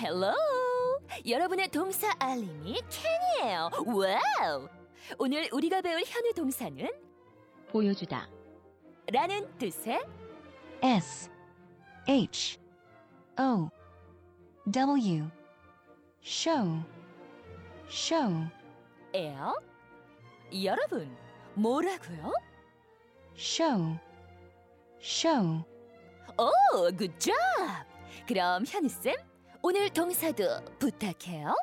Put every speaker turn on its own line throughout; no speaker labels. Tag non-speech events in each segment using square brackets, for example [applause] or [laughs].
헬로 여러분의 동사 알림이 캔이에요 와우 오늘 우리가 배울 현우 동사는
보여주다.
라는 뜻의
S H O W show show
에요 여러분 뭐라고요?
show show
오 굿잡 그럼 현우쌤 오늘 동사도 부탁해요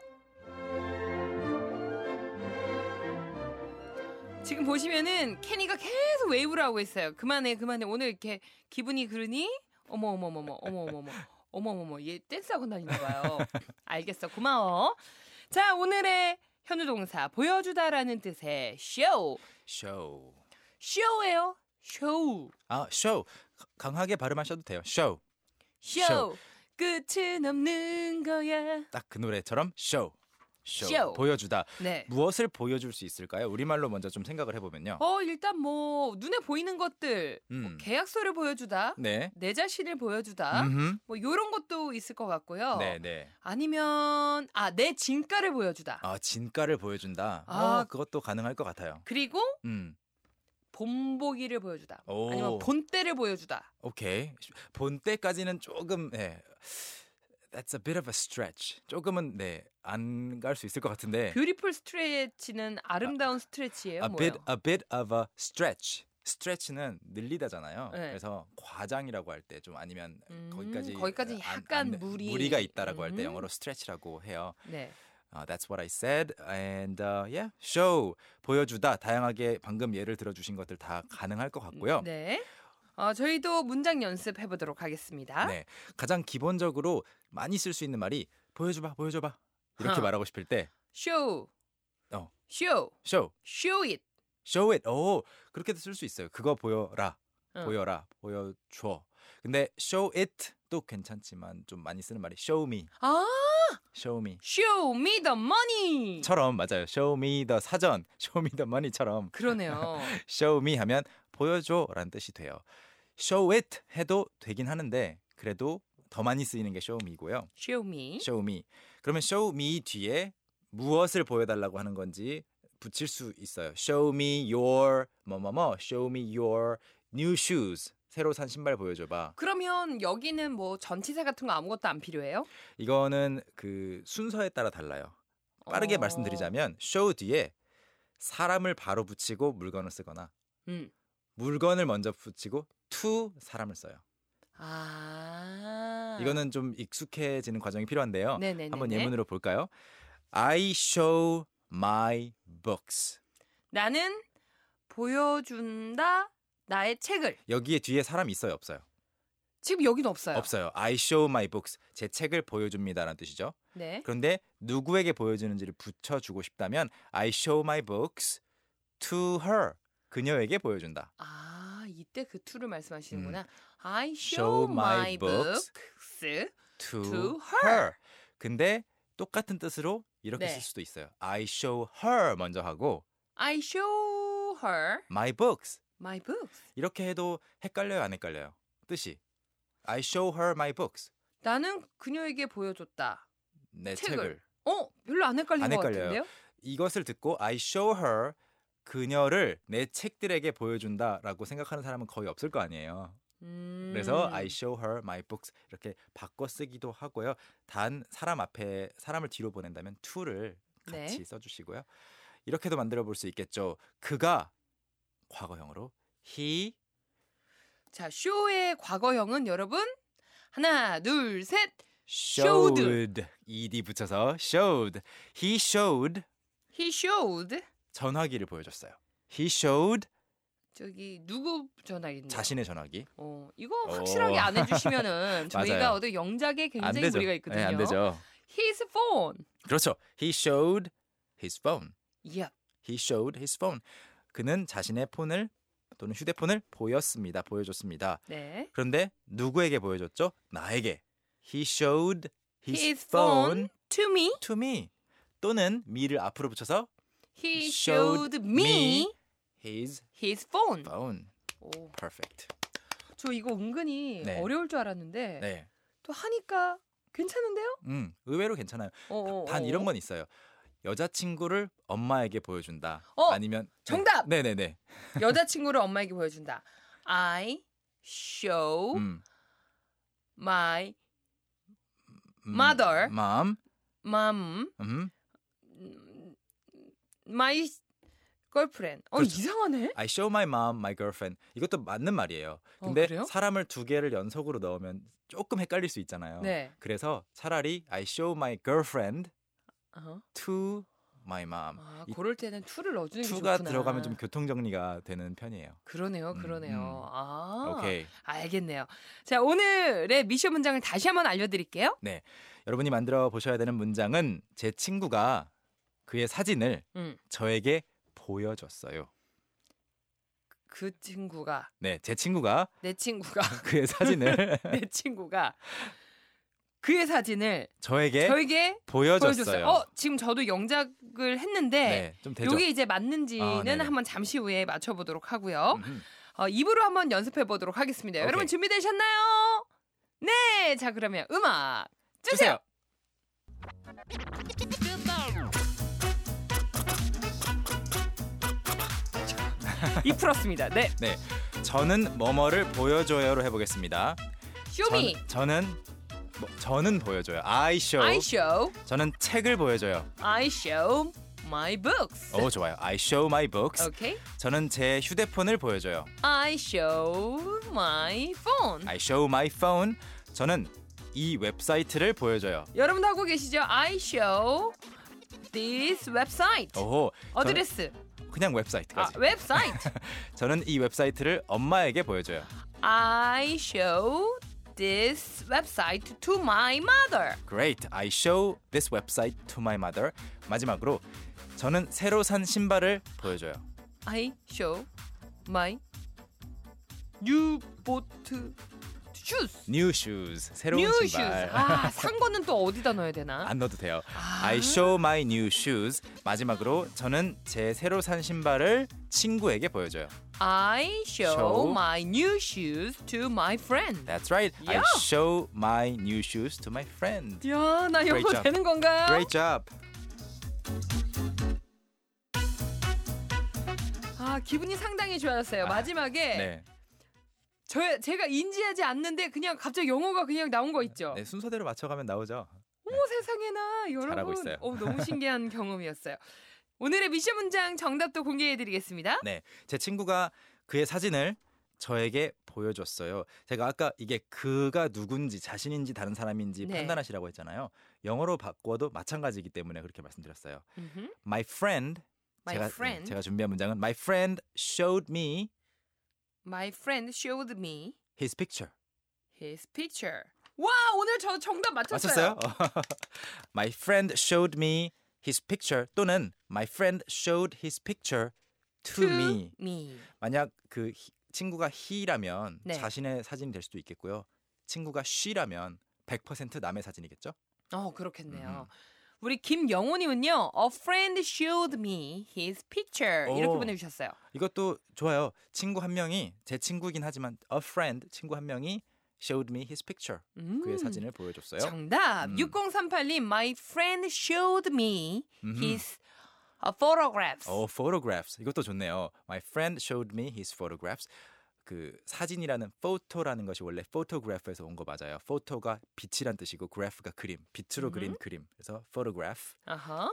지금 보시면은 캐니가 계속 웨이브를 하고 있어요. 그만해, 그만해. 오늘 이렇게 기분이 그러니? 어머, 어머, 어머, 어머, 어머, 어머, 어머, 어머, 얘 댄스 학원 다니나 봐요. 알겠어, 고마워. 자, 오늘의 현우 동사 보여주다라는 뜻의 쇼,
쇼.
쇼예요. 쇼,
아, 쇼. 강하게 발음하셔도 돼요. 쇼.
쇼.
쇼.
끝은 없는 거야.
딱 그 노래처럼 쇼. 쇼.
쇼.
보여주다.
네.
무엇을 보여줄 수 있을까요? 우리말로 먼저 좀 생각을 해보면요.
어, 일단 뭐 눈에 보이는 것들,
음.
계약서를 보여주다,
네.
내 자신을 보여주다,
음흠.
뭐 이런 것도 있을 것 같고요.
네, 네.
아니면 아 내 진가를 보여주다.
아, 진가를 보여준다.
아.
아, 그것도 가능할 것 같아요.
그리고
음.
본보기를 보여주다.
오.
아니면 본때를 보여주다.
오케이. 본 때까지는 조금 네. That's a bit of a stretch. 조금은 네. 안 갈 수 있을 것 같은데.
뷰티풀 스트레치는 아름다운 스트레치예요.
a
뭐예요?
bit a bit of a stretch. 스트레치는 늘리다잖아요.
네.
그래서 과장이라고 할 때 좀 아니면
음,
거기까지
거기까지
안-
약간
안-
무리.
무리가 있다라고 할 때
음.
영어로 스트레치라고 해요.
네.
아, that's what I said and uh, yeah show 보여주다 다양하게 방금 예를 들어주신 것들 다 가능할 것 같고요.
네. 어, 저희도 문장 연습해 보도록 하겠습니다.
네. 가장 기본적으로 많이 쓸 수 있는 말이 보여줘봐 보여줘봐 이렇게
하.
말하고 싶을 때
쇼.
어.
쇼.
show
쇼 잇.
show it 오 그렇게도 쓸 수 있어요. 그거 보여라
어.
보여라 보여줘 근데 show it 도 괜찮지만 좀 많이 쓰는 말이 show me
아,
show me
쇼 미 더 머니.
처럼 맞아요 show me the 사전 show me the money처럼 [laughs]
그러네요.
show me 하면 보여줘 라는 뜻이 돼요 show it 해도 되긴 하는데 그래도 더 많이 쓰이는 게 show me고요
쇼 미.
show me 그러면 show me 뒤에 무엇을 보여달라고 하는 건지 붙일 수 있어요 show me your 뭐뭐뭐 show me your new shoes 새로 산 신발 보여줘봐
그러면 여기는 뭐 전치사 같은 거 아무것도 안 필요해요?
이거는 그 순서에 따라 달라요. 빠르게
어.
말씀드리자면 show 뒤에 사람을 바로 붙이고 물건을 쓰거나
음.
물건을 먼저 붙이고 to 사람을 써요.
아.
이거는 좀 익숙해지는 과정이 필요한데요.
네네네.
한번 예문으로 볼까요? I show my books.
나는 보여준다 나의 책을.
여기에 뒤에 사람 있어요, 없어요?
지금 여긴 없어요.
없어요. I show my books. 제 책을 보여줍니다라는 뜻이죠.
네.
그런데 누구에게 보여주는지를 붙여주고 싶다면 I show my books to her. 그녀에게 보여준다.
아 이때 그 투를 말씀하시는구나. I show,
음. Show
my
my
books.
books to,
to her.
her. 근데 똑같은 뜻으로 이렇게
네.
쓸 수도 있어요. I show her 먼저 하고
I show her
my books
my books.
이렇게 해도 헷갈려요, 안 헷갈려요? 뜻이 I show her my books
나는 그녀에게 보여줬다.
내
책을.
책을,
어 별로 안 헷갈린
안
것
헷갈려요.
같은데요?
이것을 듣고 I show her 그녀를 내 책들에게 보여준다라고 생각하는 사람은 거의 없을 거 아니에요.
음.
그래서 I show her my books 이렇게 바꿔 쓰기도 하고요. 단 사람 앞에 사람을 뒤로 보낸다면 to를
네.
같이 써주시고요. 이렇게도 만들어 볼 수 있겠죠. 그가 과거형으로 he
자 show의 과거형은 여러분 하나 둘 셋. Showed.
showed ed 붙여서 showed he showed
He showed
전화기를 보여줬어요. He showed
저기 누구 전화기인데?
자신의 전화기
어, 이거 확실하게 안
[laughs]
해주시면은 저희가
맞아요.
어디 영작에
안
굉장히
되죠.
무리가 있거든요.
네, 안 되죠.
His phone.
그렇죠. He showed his phone.
Yep.
He showed his phone. 그는 자신의 폰을 또는 휴대폰을 보였습니다. 보여줬습니다.
네.
그런데 누구에게 보여줬죠? 나에게. He showed his,
His phone
phone
to me.
to me. 또는 me를 앞으로 붙여서
He showed
showed
me
me his
his phone.
phone.
오,
Perfect.
저 이거 은근히
네.
어려울 줄 알았는데
네.
또 하니까 괜찮은데요?
음, 의외로 괜찮아요.
어, 어,
단
어.
이런 건 있어요. 여자친구를 엄마에게 보여준다.
어,
아니면 [laughs] 네.
정답!
네네네.
여자친구를 엄마에게 보여준다. I show
음,
my
음,
Mother.
mom,
mom
음,
음, my girlfriend. 어
그렇죠.
이상하네.
I show my mom my girlfriend. 이것도 맞는 말이에요.
어,
근데
그래요?
사람을 두 개를 연속으로 넣으면 조금 헷갈릴 수 있잖아요.
네.
그래서 차라리 I show my girlfriend
어.
to my mom.
아,
이
그럴 때는 to를 넣어주는 게
to가
좋구나.
들어가면 좀 교통 정리가 되는 편이에요.
그러네요,
음,
그러네요.
음.
아,
오케이.
알겠네요. 자, 오늘의 미션 문장을 다시 한번 알려드릴게요.
여러분이 만들어 보셔야 되는 문장은 제 친구가 그의 사진을
음.
저에게 보여줬어요.
그 친구가
네, 제 친구가 [laughs]
내 친구가 [laughs]
그의 사진을
내 친구가 그의 사진을
저에게
저에게
예? 보여줬어요.
보여줬어요. 어, 지금 저도 영작을 했는데
네, 좀 되죠.
요게 이제 맞는지는
아, 네네.
한번 잠시 후에 맞춰보도록 하고요.
음,
어, 입으로 한번 연습해 보도록 하겠습니다.
오케이.
여러분 준비되셨나요? 네, 자 그러면 음악 주세요.
주세요.
이 풀었습니다. 네,
저는 뭐뭐를 보여줘요로 해보겠습니다.
쇼미,
전, 저는 뭐, 저는 보여줘요. I show.
I show,
저는 책을 보여줘요.
I show my books.
오 좋아요. I show my books.
오케이,
저는 제 휴대폰을 보여줘요.
I show my phone.
I show my phone. 저는 이 웹사이트를 보여줘요.
여러분도 하고 계시죠? I show this website.
오호. Oh, 저는
어드레스,
그냥
아,
웹사이트까지.
웹사이트.
[laughs] 저는 이 웹사이트를 엄마에게 보여줘요.
I show this website to my mother.
Great. I show this website to my mother. 마지막으로 저는 새로 산 신발을 보여줘요.
I show my new bought shoes.
New shoes. 새로운
new
신발.
shoes. 아, 산 거는 또 어디다 넣어야
[laughs]
되나?
안 넣어도 돼요.
아.
I show my new shoes. 마지막으로 저는 제 새로 산 신발을 친구에게 보여줘요.
I show,
show.
my new shoes to my friend.
That's right. I
Yeah.
show my new shoes to my friend.
야, 나
Great
영어
job.
되는 건가요?
Great job.
아, 기분이 상당히 좋아졌어요.
아,
마지막에
네.
저 제가 인지하지 않는데 그냥 갑자기 영어가 그냥 나온 거 있죠.
네, 순서대로 맞춰가면 나오죠.
어머 세상에나 여러분
잘하고 있어요.
어, 너무
[laughs]
신기한 경험이었어요. 오늘의 미션 문장 정답도 공개해드리겠습니다.
제 친구가 그의 사진을 저에게 보여줬어요. 제가 아까 이게 그가 누군지 자신인지 다른 사람인지
네.
판단하시라고 했잖아요. 영어로 바꿔도 마찬가지이기 때문에 그렇게 말씀드렸어요.
음흠.
My friend.
My
제가, 네,
friend.
제가 준비한 문장은 My friend showed me
My friend showed me
his picture.
his picture. 와 오늘 저 정답 맞췄어요.
맞췄어요? [laughs] My friend showed me his picture 또는 My friend showed his picture to, me.
me.
만약 그 he- 친구가 he라면
네.
자신의 사진이 될 수도 있겠고요. 친구가 she라면 100% 남의 사진이겠죠?
어 그렇겠네요. 우리 김영호님은요. A friend showed me his picture 이렇게
오.
보내주셨어요.
이것도 좋아요. 친구 한 명이 제 친구이긴 하지만 a friend 친구 한 명이 showed me his picture.
음,
그의 사진을 보여줬어요.
정답.
음.
6038님. My friend showed me
음흠.
his uh, photographs.
어, photographs. 이것도 좋네요. My friend showed me his photographs. 그 사진이라는 photo라는 것이 원래 photograph에서 온 거 맞아요. photo가 빛이란 뜻이고 graph가 그림, 빛으로
음흠.
그린 그림. 그래서 photograph.
아하.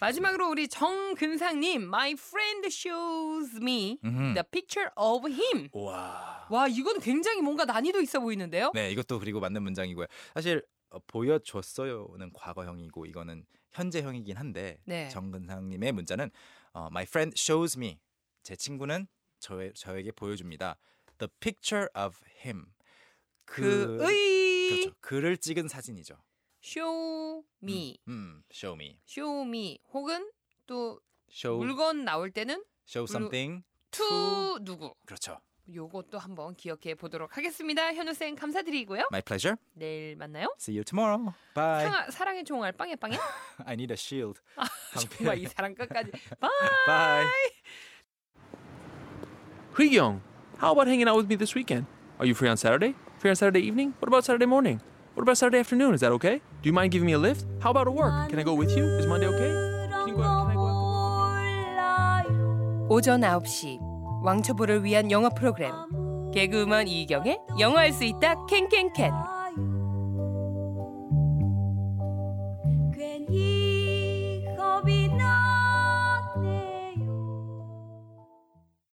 마지막으로 우리 정근상님, my friend shows me
음.
the picture of him.
와.
와, 이건 굉장히 뭔가 난이도 있어 보이는데요.
네, 이것도 그리고 맞는 문장이고요. 사실 어, 보여줬어요는 과거형이고 이거는 현재형이긴 한데
네.
정근상님의 문자는 어, my friend shows me 제 친구는 저 저에게 보여줍니다. The picture of him. 그-
그의
그렇죠. 글을 찍은 사진이죠.
show me,
음, show me.
show me 혹은 또
show
물건 나올 때는
show
물-
something.
to,
to.
누구.
그렇죠.
요것도 한번 기억해 보도록 하겠습니다. 현우 쌤 감사드리고요.
My pleasure.
내일 만나요.
See you tomorrow. Bye.
상하, 사랑의 종알 빵에 [laughs] 빵에.
I need a shield.
아, 정말 이 사람 끝까지. 빵.
Bye.
Young, how about hanging out with me this weekend? Are you free on Saturday? Free on Saturday evening? What about Saturday morning? What about Saturday afternoon? Is that okay? Do you mind giving me a lift? How about a work? Can I go with you? Is Monday okay? Can you go out? Can I go out?
[laughs] 오전 9시 왕초보를 위한 영어 프로그램 개그우먼 이경의 영어할 수 있다 캔캔캔